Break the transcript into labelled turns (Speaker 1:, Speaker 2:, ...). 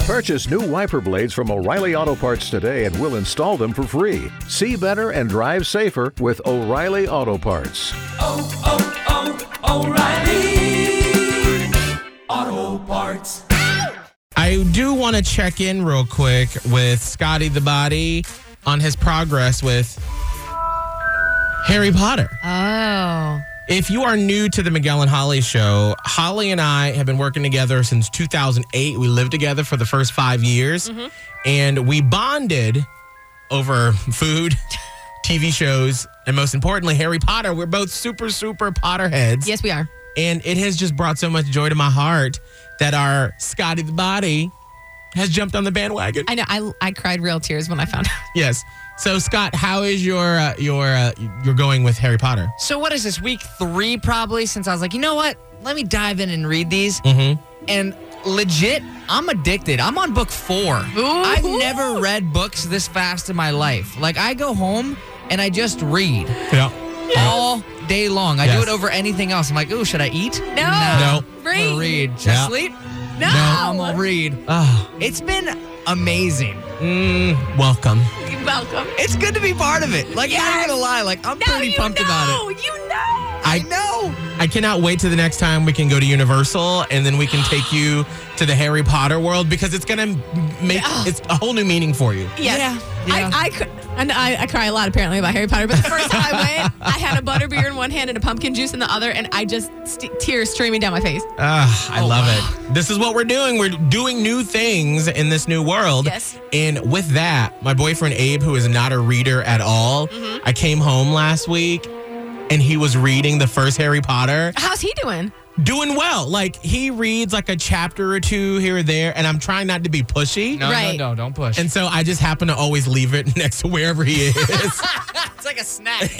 Speaker 1: Purchase new wiper blades from O'Reilly Auto Parts today and we'll install them for free. See better and drive safer with O'Reilly Auto Parts.
Speaker 2: oh, oh, O'Reilly Auto Parts.
Speaker 3: I do want to check in real quick with Scotty the Body on his progress with Harry Potter.
Speaker 4: Oh.
Speaker 3: If you are new to the Miguel and Holly show, Holly and I have been working together since 2008. We lived together for the first five years and we bonded over food, TV shows, and most importantly, Harry Potter. We're both super, super Potterheads.
Speaker 4: Yes, we are.
Speaker 3: And it has just brought so much joy to my heart that our Scotty the Body has jumped on the bandwagon.
Speaker 4: I know. I, I cried real tears when I found out.
Speaker 3: yes. So Scott, how is your uh, your uh, your going with Harry Potter?
Speaker 5: So what is this week three probably? Since I was like, you know what? Let me dive in and read these. And legit, I'm addicted. I'm on book four. I've never read books this fast in my life. Like I go home and I just read
Speaker 3: Yeah.
Speaker 5: all day long. I
Speaker 3: Yes.
Speaker 5: do it over anything else. I'm like, ooh, should I eat? No.
Speaker 3: No.
Speaker 5: I'm gonna read. Should
Speaker 3: Yeah.
Speaker 5: I sleep?
Speaker 4: No.
Speaker 5: I'm gonna read.
Speaker 3: Ah,
Speaker 5: It's been amazing.
Speaker 3: mm, welcome.
Speaker 4: Welcome.
Speaker 5: It's good to be part of it. Like, I'm not gonna lie. Like, I'm pretty pumped about it.
Speaker 4: You know.
Speaker 3: I-
Speaker 5: I know.
Speaker 3: I cannot wait to the next time we can go to Universal and then we can take you to the Harry Potter world because it's gonna make it's a whole new meaning for you.
Speaker 4: Yes.
Speaker 5: Yeah.
Speaker 4: I
Speaker 5: Yeah.
Speaker 4: I, cr- and I, I cry a lot apparently about Harry Potter, but the first time I went, I had a butterbeer in one hand and a pumpkin juice in the other, and I just st- tears streaming down my face.
Speaker 5: Uh.
Speaker 3: Ah, I love it. This is what we're doing. We're doing new things in this new world.
Speaker 4: Yes.
Speaker 3: And with that, my boyfriend Abe, who is not a reader at all, I came home last week and he was reading the first Harry Potter.
Speaker 4: How's he doing?
Speaker 3: Doing well. Like he reads like a chapter or two here or there, and I'm trying not to be pushy.
Speaker 5: No,
Speaker 4: Right.
Speaker 5: no, no, don't push.
Speaker 3: And so I just happen to always leave it next to wherever he is.
Speaker 5: it's like a snack.